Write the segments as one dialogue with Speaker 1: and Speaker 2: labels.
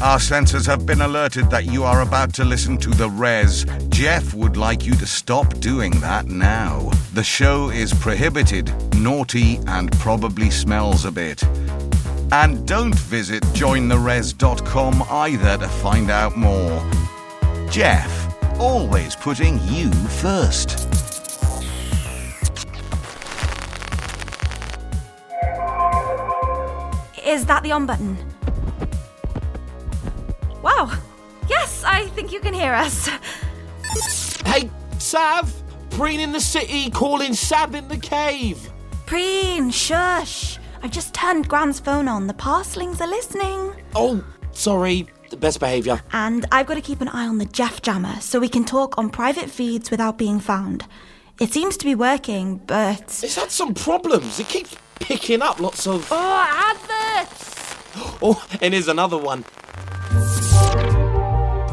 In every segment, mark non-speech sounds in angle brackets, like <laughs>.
Speaker 1: Our censors have been alerted that you are about to listen to the res. Jeff would like you to stop doing that now. The show is prohibited, naughty, and probably smells a bit. And don't visit jointherez.com either to find out more. Jeff, always putting you first.
Speaker 2: Is that the on button? Wow. Yes, I think you can hear us.
Speaker 3: Hey, Sav! Preen in the city, calling Sav in the cave!
Speaker 2: Preen, shush. I've just turned Gran's phone on. The parslings are listening.
Speaker 3: Oh, sorry, the best behaviour.
Speaker 2: And I've got to keep an eye on the Jeff Jammer so we can talk on private feeds without being found. It seems to be working, but.
Speaker 3: It's had some problems. It keeps picking up lots of.
Speaker 2: Oh, adverts!
Speaker 3: Oh, and here's another one.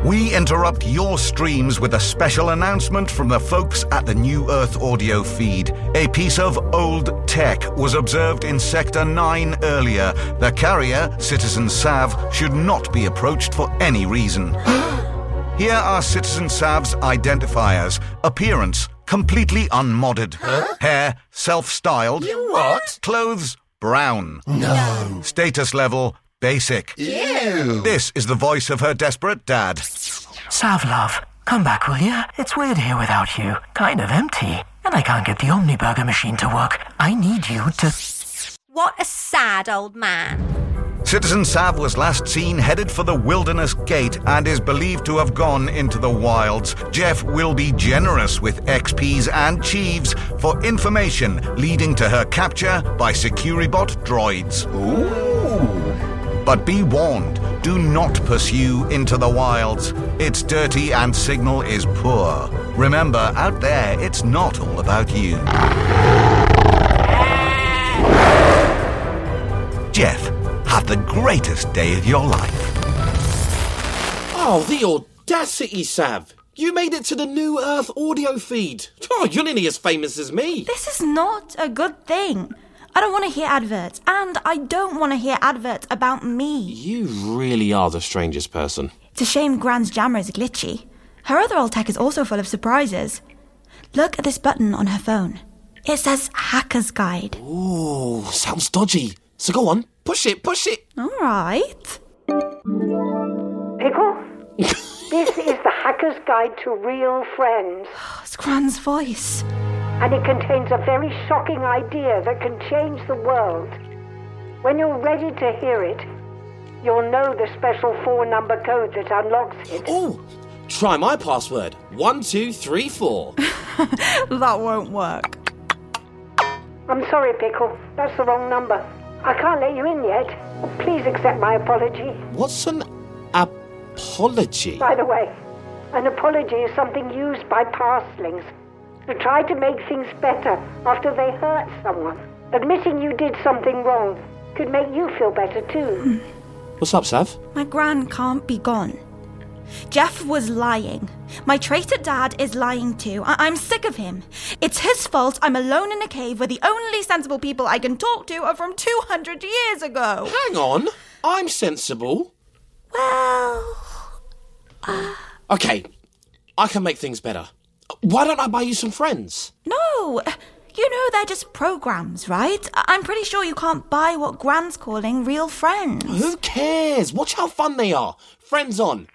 Speaker 1: We interrupt your streams with a special announcement from the folks at the New Earth audio feed. A piece of old tech was observed in Sector 9 earlier. The carrier, Citizen Sav, should not be approached for any reason. <gasps> Here are Citizen Sav's identifiers appearance, completely unmodded, hair, self styled,
Speaker 3: What?
Speaker 1: clothes, brown, no, status level, basic. This is the voice of her desperate dad.
Speaker 4: Sav, love, come back, will you? It's weird here without you. Kind of empty. And I can't get the Omniburger machine to work. I need you to.
Speaker 5: What a sad old man.
Speaker 1: Citizen Sav was last seen headed for the Wilderness Gate and is believed to have gone into the wilds. Jeff will be generous with XPs and Chiefs for information leading to her capture by Securibot droids. But be warned, do not pursue into the wilds. It's dirty and signal is poor. Remember, out there, it's not all about you. Jeff, have the greatest day of your life.
Speaker 3: Oh, the audacity, Sav! You made it to the New Earth audio feed. Oh, you're nearly as famous as me.
Speaker 2: This is not a good thing. I don't want to hear adverts, and I don't want to hear adverts about me.
Speaker 3: You really are the strangest person.
Speaker 2: It's a shame Gran's jammer is glitchy. Her other old tech is also full of surprises. Look at this button on her phone. It says Hacker's Guide.
Speaker 3: Ooh, sounds dodgy. So go on, push it, push it.
Speaker 2: All right.
Speaker 6: Pickles? this is the Hacker's Guide to Real Friends,
Speaker 2: That's Gran's voice. <laughs>
Speaker 6: and it contains a very shocking idea that can change the world. When you're ready to hear it, you'll know the special four number code that unlocks it.
Speaker 3: Oh, try my password. One, two, three, four.
Speaker 2: That won't work.
Speaker 6: I'm sorry, Pickle, that's the wrong number. I can't let you in yet. Please accept my apology.
Speaker 3: What's an apology?
Speaker 6: By the way, an apology is something used by parslings to try to make things better after they hurt someone. Admitting you did something wrong could make you feel better too.
Speaker 3: What's up, Sav?
Speaker 2: My gran can't be gone. Jeff was lying. My traitor dad is lying too. I- I'm sick of him. It's his fault I'm alone in a cave where the only sensible people I can talk to are from 200 years ago.
Speaker 3: Hang on. I'm sensible.
Speaker 2: Well,
Speaker 3: Okay, I can make things better. Why don't I buy you some friends?
Speaker 2: no. You know they're just programs, right? I- I'm pretty sure you can't buy what Gran's calling real friends.
Speaker 3: Who cares? Watch how fun they are. Friends on.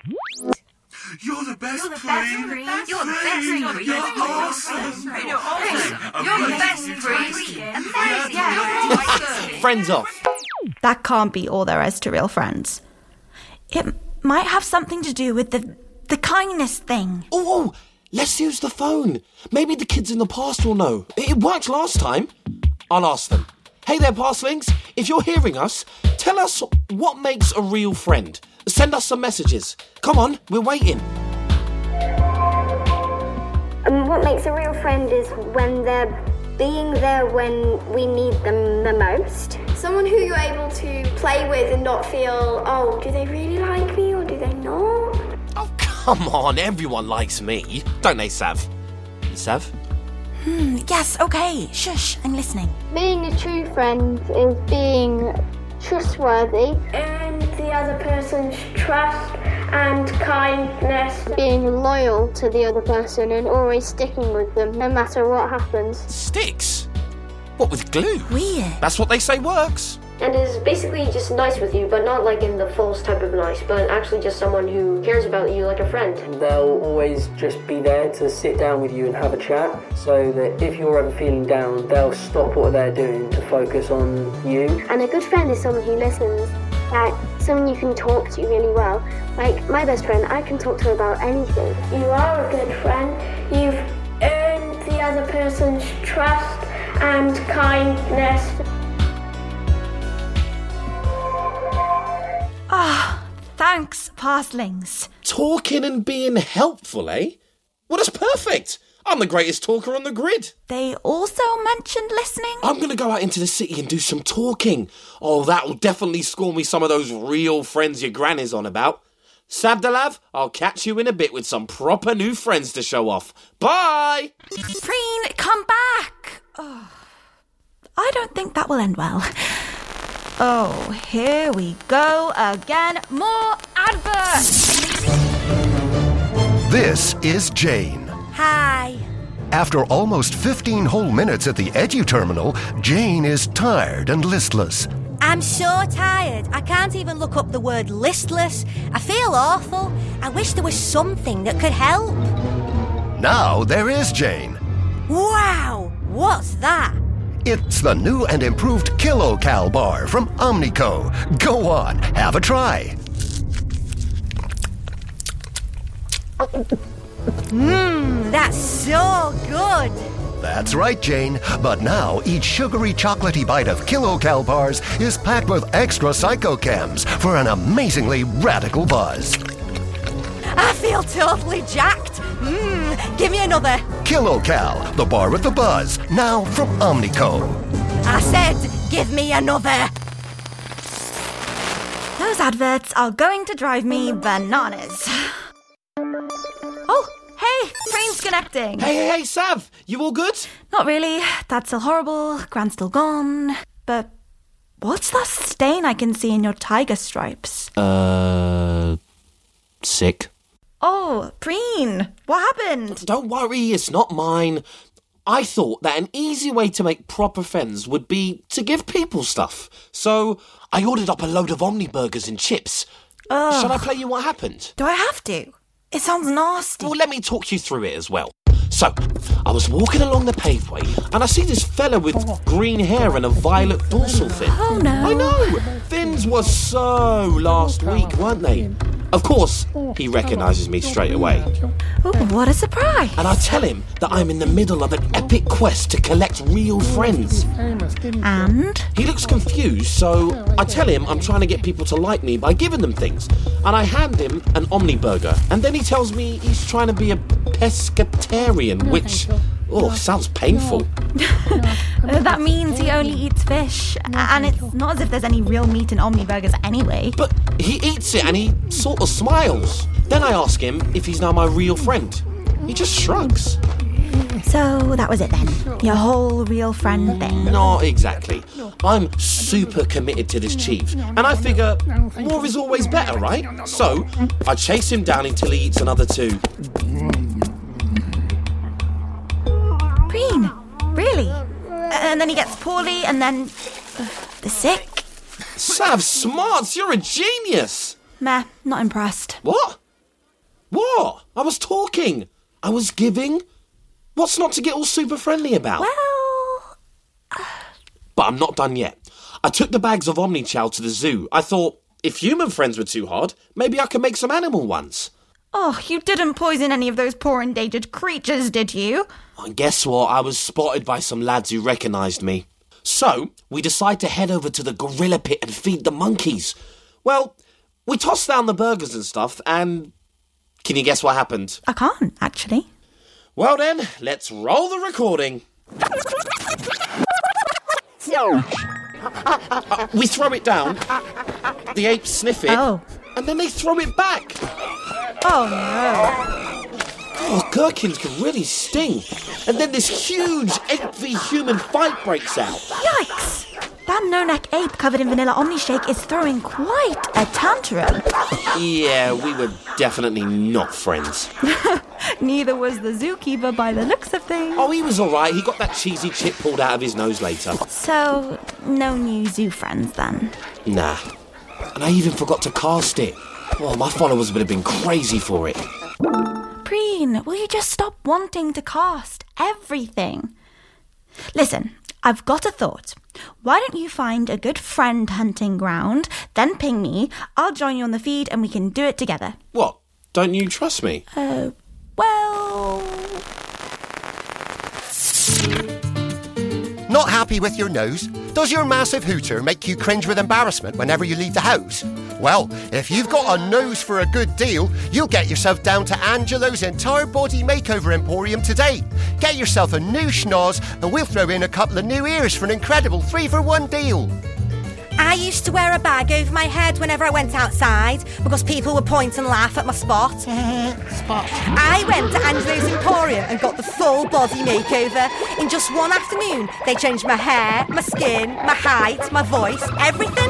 Speaker 7: You're the best You're
Speaker 8: You're the best You're the best
Speaker 3: Friends off.
Speaker 2: That can't be all there is to real friends. It m- might have something to do with the the kindness thing.
Speaker 3: Oh, oh, let's use the phone. Maybe the kids in the past will know. It it worked last time. I'll ask them. Hey there, pastlings. If you're hearing us, tell us what makes a real friend. Send us some messages. Come on, we're waiting.
Speaker 9: And what makes a real friend is when they're being there when we need them the most.
Speaker 10: Someone who you're able to play with and not feel, oh, do they really like me or do they not?
Speaker 3: Oh, come on. Everyone likes me. Don't they, Sav? Sav?
Speaker 2: Yes, okay. Shush, I'm listening.
Speaker 9: Being a true friend is being trustworthy.
Speaker 10: And the other person's trust and kindness.
Speaker 9: Being loyal to the other person and always sticking with them no matter what happens.
Speaker 3: Sticks? What, with glue? Weird. That's what they say works.
Speaker 11: And is basically just nice with you, but not like in the false type of nice, but actually just someone who cares about you like a friend.
Speaker 12: They'll always just be there to sit down with you and have a chat, so that if you're ever feeling down, they'll stop what they're doing to focus on you.
Speaker 9: And a good friend is someone who listens, like someone you can talk to really well. Like my best friend, I can talk to her about anything.
Speaker 10: You are a good friend. You've earned the other person's trust and kindness.
Speaker 2: Ah, thanks, Parslings.
Speaker 3: Talking and being helpful, eh? Well, that's perfect. I'm the greatest talker on the grid.
Speaker 2: They also mentioned listening.
Speaker 3: I'm going to go out into the city and do some talking. Oh, that'll definitely score me some of those real friends your granny's on about. Sabdalav, I'll catch you in a bit with some proper new friends to show off. Bye!
Speaker 2: Preen, come back! Oh, I don't think that will end well. Oh, here we go again. More adverts!
Speaker 13: This is Jane.
Speaker 5: Hi.
Speaker 13: After almost 15 whole minutes at the Edu terminal, Jane is tired and listless.
Speaker 5: I'm so tired. I can't even look up the word listless. I feel awful. I wish there was something that could help.
Speaker 13: Now there is Jane.
Speaker 5: Wow, what's that?
Speaker 13: It's the new and improved KiloCal bar from Omnico. Go on, have a try.
Speaker 5: Mmm, that's so good.
Speaker 13: That's right, Jane. But now each sugary chocolatey bite of KiloCal bars is packed with extra psychochems for an amazingly radical buzz.
Speaker 5: I feel totally jacked. Mmm, give me another.
Speaker 13: KiloCal, the bar with the buzz, now from Omnico.
Speaker 5: I said, give me another.
Speaker 2: Those adverts are going to drive me bananas. Oh, hey, Preen's connecting.
Speaker 3: Hey, hey, hey, Sav, you all good?
Speaker 2: Not really. Dad's still horrible. Gran's still gone. But what's that stain I can see in your tiger stripes?
Speaker 3: Uh, sick.
Speaker 2: Oh, Preen, what happened?
Speaker 3: Don't worry, it's not mine. I thought that an easy way to make proper friends would be to give people stuff. So I ordered up a load of Omni burgers and chips.
Speaker 2: Ugh.
Speaker 3: Shall I play you what happened?
Speaker 2: Do I have to? It sounds nasty.
Speaker 3: Well, let me talk you through it as well. So, I was walking along the paveway and I see this fella with green hair and a violet dorsal fin.
Speaker 2: Oh no.
Speaker 3: I know! Fins were so last week, weren't they? Of course, he recognises me straight away.
Speaker 2: Oh, Ooh, what a surprise.
Speaker 3: And I tell him that I'm in the middle of an epic quest to collect real friends.
Speaker 2: And?
Speaker 3: He looks confused, so I tell him I'm trying to get people to like me by giving them things. And I hand him an Omni burger, and then he tells me he's trying to be a pescatarian, which, oh, sounds painful.
Speaker 2: Uh, that means he only eats fish. And it's not as if there's any real meat in Omni burgers anyway.
Speaker 3: But he eats it and he sort of smiles. Then I ask him if he's now my real friend. He just shrugs.
Speaker 2: So that was it then. Your whole real friend thing.
Speaker 3: Not exactly. I'm super committed to this chief, and I figure more is always better, right? So I chase him down until he eats another two.
Speaker 2: Green, really? And then he gets poorly and then. Ugh, the sick?
Speaker 3: Sav Smarts, you're a genius!
Speaker 2: Meh, not impressed.
Speaker 3: What? What? I was talking. I was giving. What's not to get all super friendly about?
Speaker 2: Well.
Speaker 3: But I'm not done yet. I took the bags of Omnichow to the zoo. I thought, if human friends were too hard, maybe I could make some animal ones.
Speaker 2: Oh, you didn't poison any of those poor endangered creatures, did you?
Speaker 3: And guess what? I was spotted by some lads who recognised me. So, we decide to head over to the gorilla pit and feed the monkeys. Well, we tossed down the burgers and stuff, and. Can you guess what happened?
Speaker 2: I can't, actually.
Speaker 3: Well then, let's roll the recording. Uh, we throw it down, the apes sniff it,
Speaker 2: Oh.
Speaker 3: and then they throw it back.
Speaker 2: Oh no.
Speaker 3: Oh, gherkins can really sting. And then this huge ape v human fight breaks out.
Speaker 2: Yikes! Spam no neck ape covered in vanilla omni shake is throwing quite a tantrum.
Speaker 3: Yeah, we were definitely not friends.
Speaker 2: Neither was the zookeeper by the looks of things.
Speaker 3: Oh, he was alright. He got that cheesy chip pulled out of his nose later.
Speaker 2: So, no new zoo friends then?
Speaker 3: Nah. And I even forgot to cast it. Well, my followers would have been crazy for it.
Speaker 2: Preen, will you just stop wanting to cast everything? Listen, I've got a thought. Why don't you find a good friend hunting ground, then ping me? I'll join you on the feed and we can do it together.
Speaker 3: What? Don't you trust me?
Speaker 2: Oh, well.
Speaker 13: Not happy with your nose? Does your massive hooter make you cringe with embarrassment whenever you leave the house? Well, if you've got a nose for a good deal, you'll get yourself down to Angelo's entire body makeover emporium today. Get yourself a new schnoz, and we'll throw in a couple of new ears for an incredible three for one deal.
Speaker 5: I used to wear a bag over my head whenever I went outside because people would point and laugh at my spot. spot. I went to Angelo's Emporium and got the full body makeover. In just one afternoon, they changed my hair, my skin, my height, my voice, everything.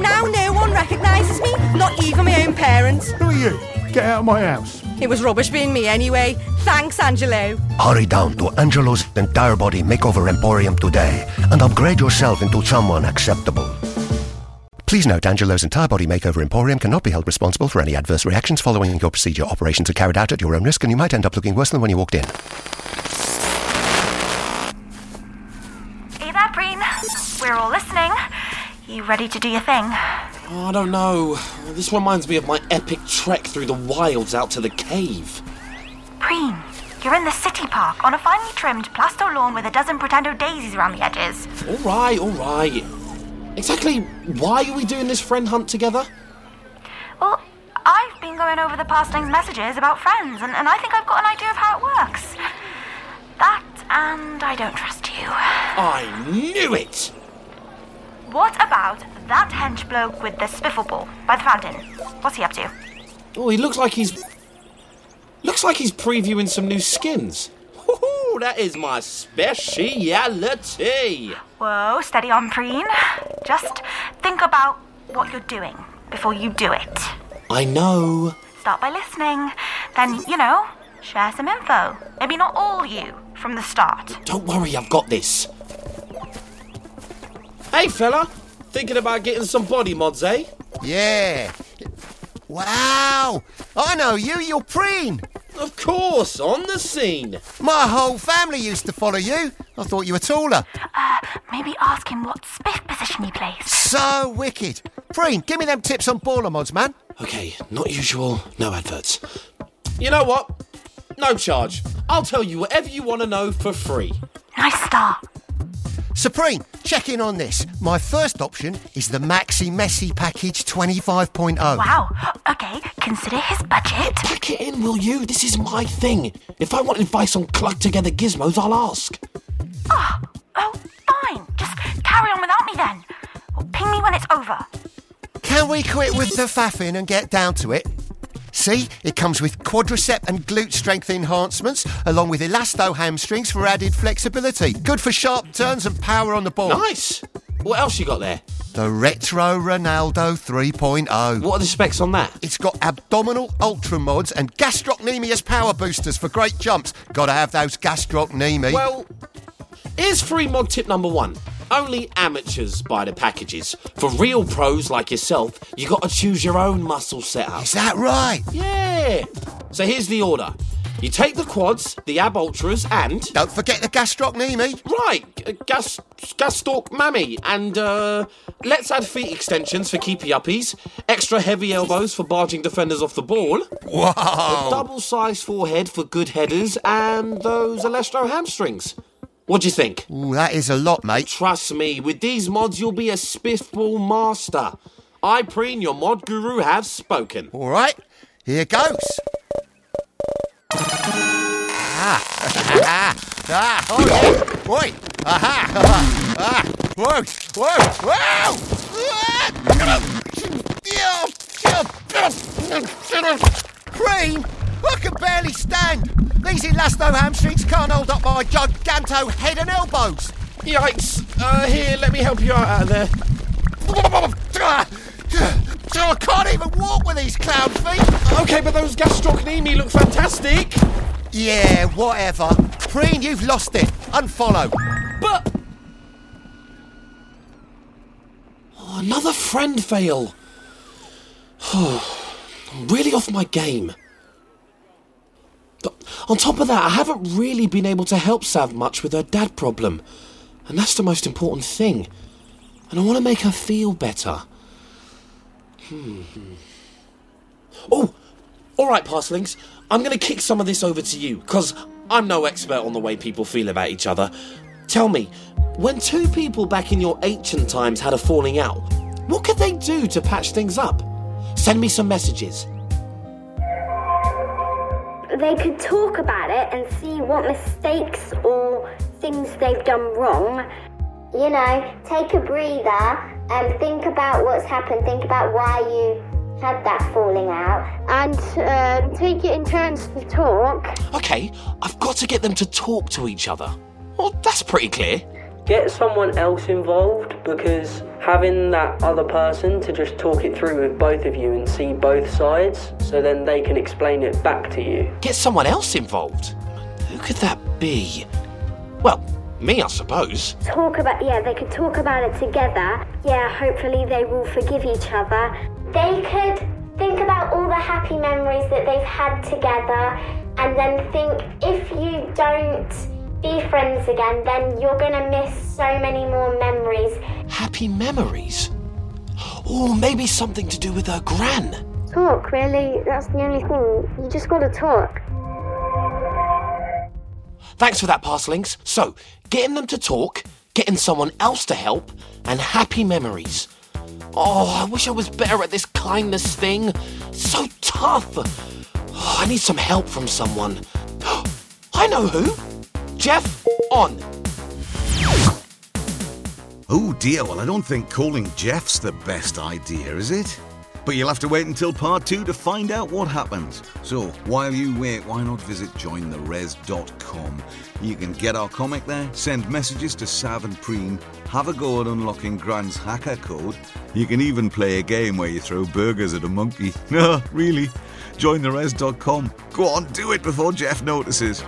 Speaker 5: Now no one recognises me, not even my own parents.
Speaker 14: Who are you? Get out of my house.
Speaker 5: It was rubbish being me anyway. Thanks, Angelo.
Speaker 13: Hurry down to Angelo's entire body makeover emporium today and upgrade yourself into someone acceptable. Please note Angelo's entire body makeover emporium cannot be held responsible for any adverse reactions following your procedure. Operations are carried out at your own risk and you might end up looking worse than when you walked in.
Speaker 2: Hey there, Preen. We're all listening. You ready to do your thing?
Speaker 3: Oh, I don't know. This reminds me of my epic trek through the wilds out to the cave.
Speaker 2: Preen, you're in the city park on a finely trimmed plasto lawn with a dozen pretendo daisies around the edges.
Speaker 3: Alright, alright. Exactly why are we doing this friend hunt together?
Speaker 2: Well, I've been going over the pastling's messages about friends, and, and I think I've got an idea of how it works. That and I don't trust you.
Speaker 3: I knew it!
Speaker 2: What about that hench bloke with the spiffle ball by the fountain? What's he up to?
Speaker 3: Oh, he looks like he's. Looks like he's previewing some new skins. Woohoo, that is my speciality!
Speaker 2: Whoa, steady on, Preen. Just think about what you're doing before you do it.
Speaker 3: I know.
Speaker 2: Start by listening, then, you know, share some info. Maybe not all you from the start.
Speaker 3: Don't worry, I've got this. Hey, fella. Thinking about getting some body mods, eh?
Speaker 13: Yeah. Wow! I know you, you're Preen!
Speaker 3: Of course, on the scene!
Speaker 13: My whole family used to follow you. I thought you were taller.
Speaker 2: Uh, maybe ask him what spiff position he plays.
Speaker 13: So wicked. Preen, give me them tips on baller mods, man.
Speaker 3: Okay, not usual, no adverts. You know what? No charge. I'll tell you whatever you want to know for free.
Speaker 2: Nice start.
Speaker 13: Supreme, check in on this. My first option is the Maxi Messy Package oh. 25.0.
Speaker 2: Wow. Okay, consider his budget.
Speaker 3: Pack it in, will you? This is my thing. If I want advice on clugged together gizmos, I'll ask.
Speaker 2: Oh, <gasps> oh, fine. Just carry on without me then. Or ping me when it's over.
Speaker 13: Can we quit with the faffing and get down to it? See, it comes with quadricep and glute strength enhancements, along with elasto hamstrings for added flexibility. Good for sharp turns and power on the ball.
Speaker 3: Nice. What else you got there?
Speaker 13: The Retro Ronaldo 3.0.
Speaker 3: What are the specs on that?
Speaker 13: It's got abdominal ultra mods and gastrocnemius power boosters for great jumps. Gotta have those gastrocnemi.
Speaker 3: Well, here's free mod tip number one. Only amateurs buy the packages. For real pros like yourself, you gotta choose your own muscle setup.
Speaker 13: Is that right?
Speaker 3: Yeah! So here's the order. You take the quads, the ab ultras, and.
Speaker 13: Don't forget the gastrocnemi.
Speaker 3: Right, g- gas, gastorc mammy, and uh, let's add feet extensions for keepy uppies, extra heavy elbows for barging defenders off the ball,
Speaker 13: Wow!
Speaker 3: a double size forehead for good headers, and those elastro hamstrings. What do you think?
Speaker 13: Ooh, that is a lot, mate.
Speaker 3: Trust me, with these mods, you'll be a spiffball master. I preen your mod guru has spoken.
Speaker 13: All right, here goes. Ah, ah, ah, oh yeah, oi, aha, ah, ah, whoa, whoa, whoa! Cream, I can barely stand. These elasto hamstrings can't hold up my giganto head and elbows.
Speaker 3: Yikes! Uh, here, let me help you out out of there.
Speaker 13: I can't even walk with these clown feet.
Speaker 3: Okay, but those gastrocnemi look fantastic.
Speaker 13: Yeah, whatever. Preen, you've lost it. Unfollow.
Speaker 3: But Oh, another friend fail. <sighs> I'm really off my game. But on top of that, I haven't really been able to help Sav much with her dad problem. And that's the most important thing. And I want to make her feel better. Hmm. Oh, all right, Parslings. I'm going to kick some of this over to you, because I'm no expert on the way people feel about each other. Tell me, when two people back in your ancient times had a falling out, what could they do to patch things up? Send me some messages.
Speaker 9: They could talk about it and see what mistakes or things they've done wrong. You know, take a breather and think about what's happened, think about why you had that falling out, and uh, take it in turns to talk.
Speaker 3: Okay, I've got to get them to talk to each other. Well, that's pretty clear.
Speaker 12: Get someone else involved because having that other person to just talk it through with both of you and see both sides so then they can explain it back to you.
Speaker 3: Get someone else involved. Who could that be? Well, me, I suppose.
Speaker 9: Talk about, yeah, they could talk about it together. Yeah, hopefully they will forgive each other. They could think about all the happy memories that they've had together and then think if you don't be friends again, then you're gonna miss so many more memories.
Speaker 3: Happy memories? Or maybe something to do with her gran.
Speaker 9: Talk, really, that's the only thing. You just gotta talk.
Speaker 3: Thanks for that, Parslings. So, getting them to talk, getting someone else to help, and happy memories. Oh, I wish I was better at this kindness thing. So tough. Oh, I need some help from someone. <gasps> I know who. Jeff, on.
Speaker 1: Oh dear, well, I don't think calling Jeff's the best idea, is it? But you'll have to wait until part two to find out what happens. So, while you wait, why not visit jointherez.com? You can get our comic there, send messages to Sav and Preen, have a go at unlocking Grand's hacker code. You can even play a game where you throw burgers at a <laughs> monkey. No, really. Jointherez.com. Go on, do it before Jeff notices.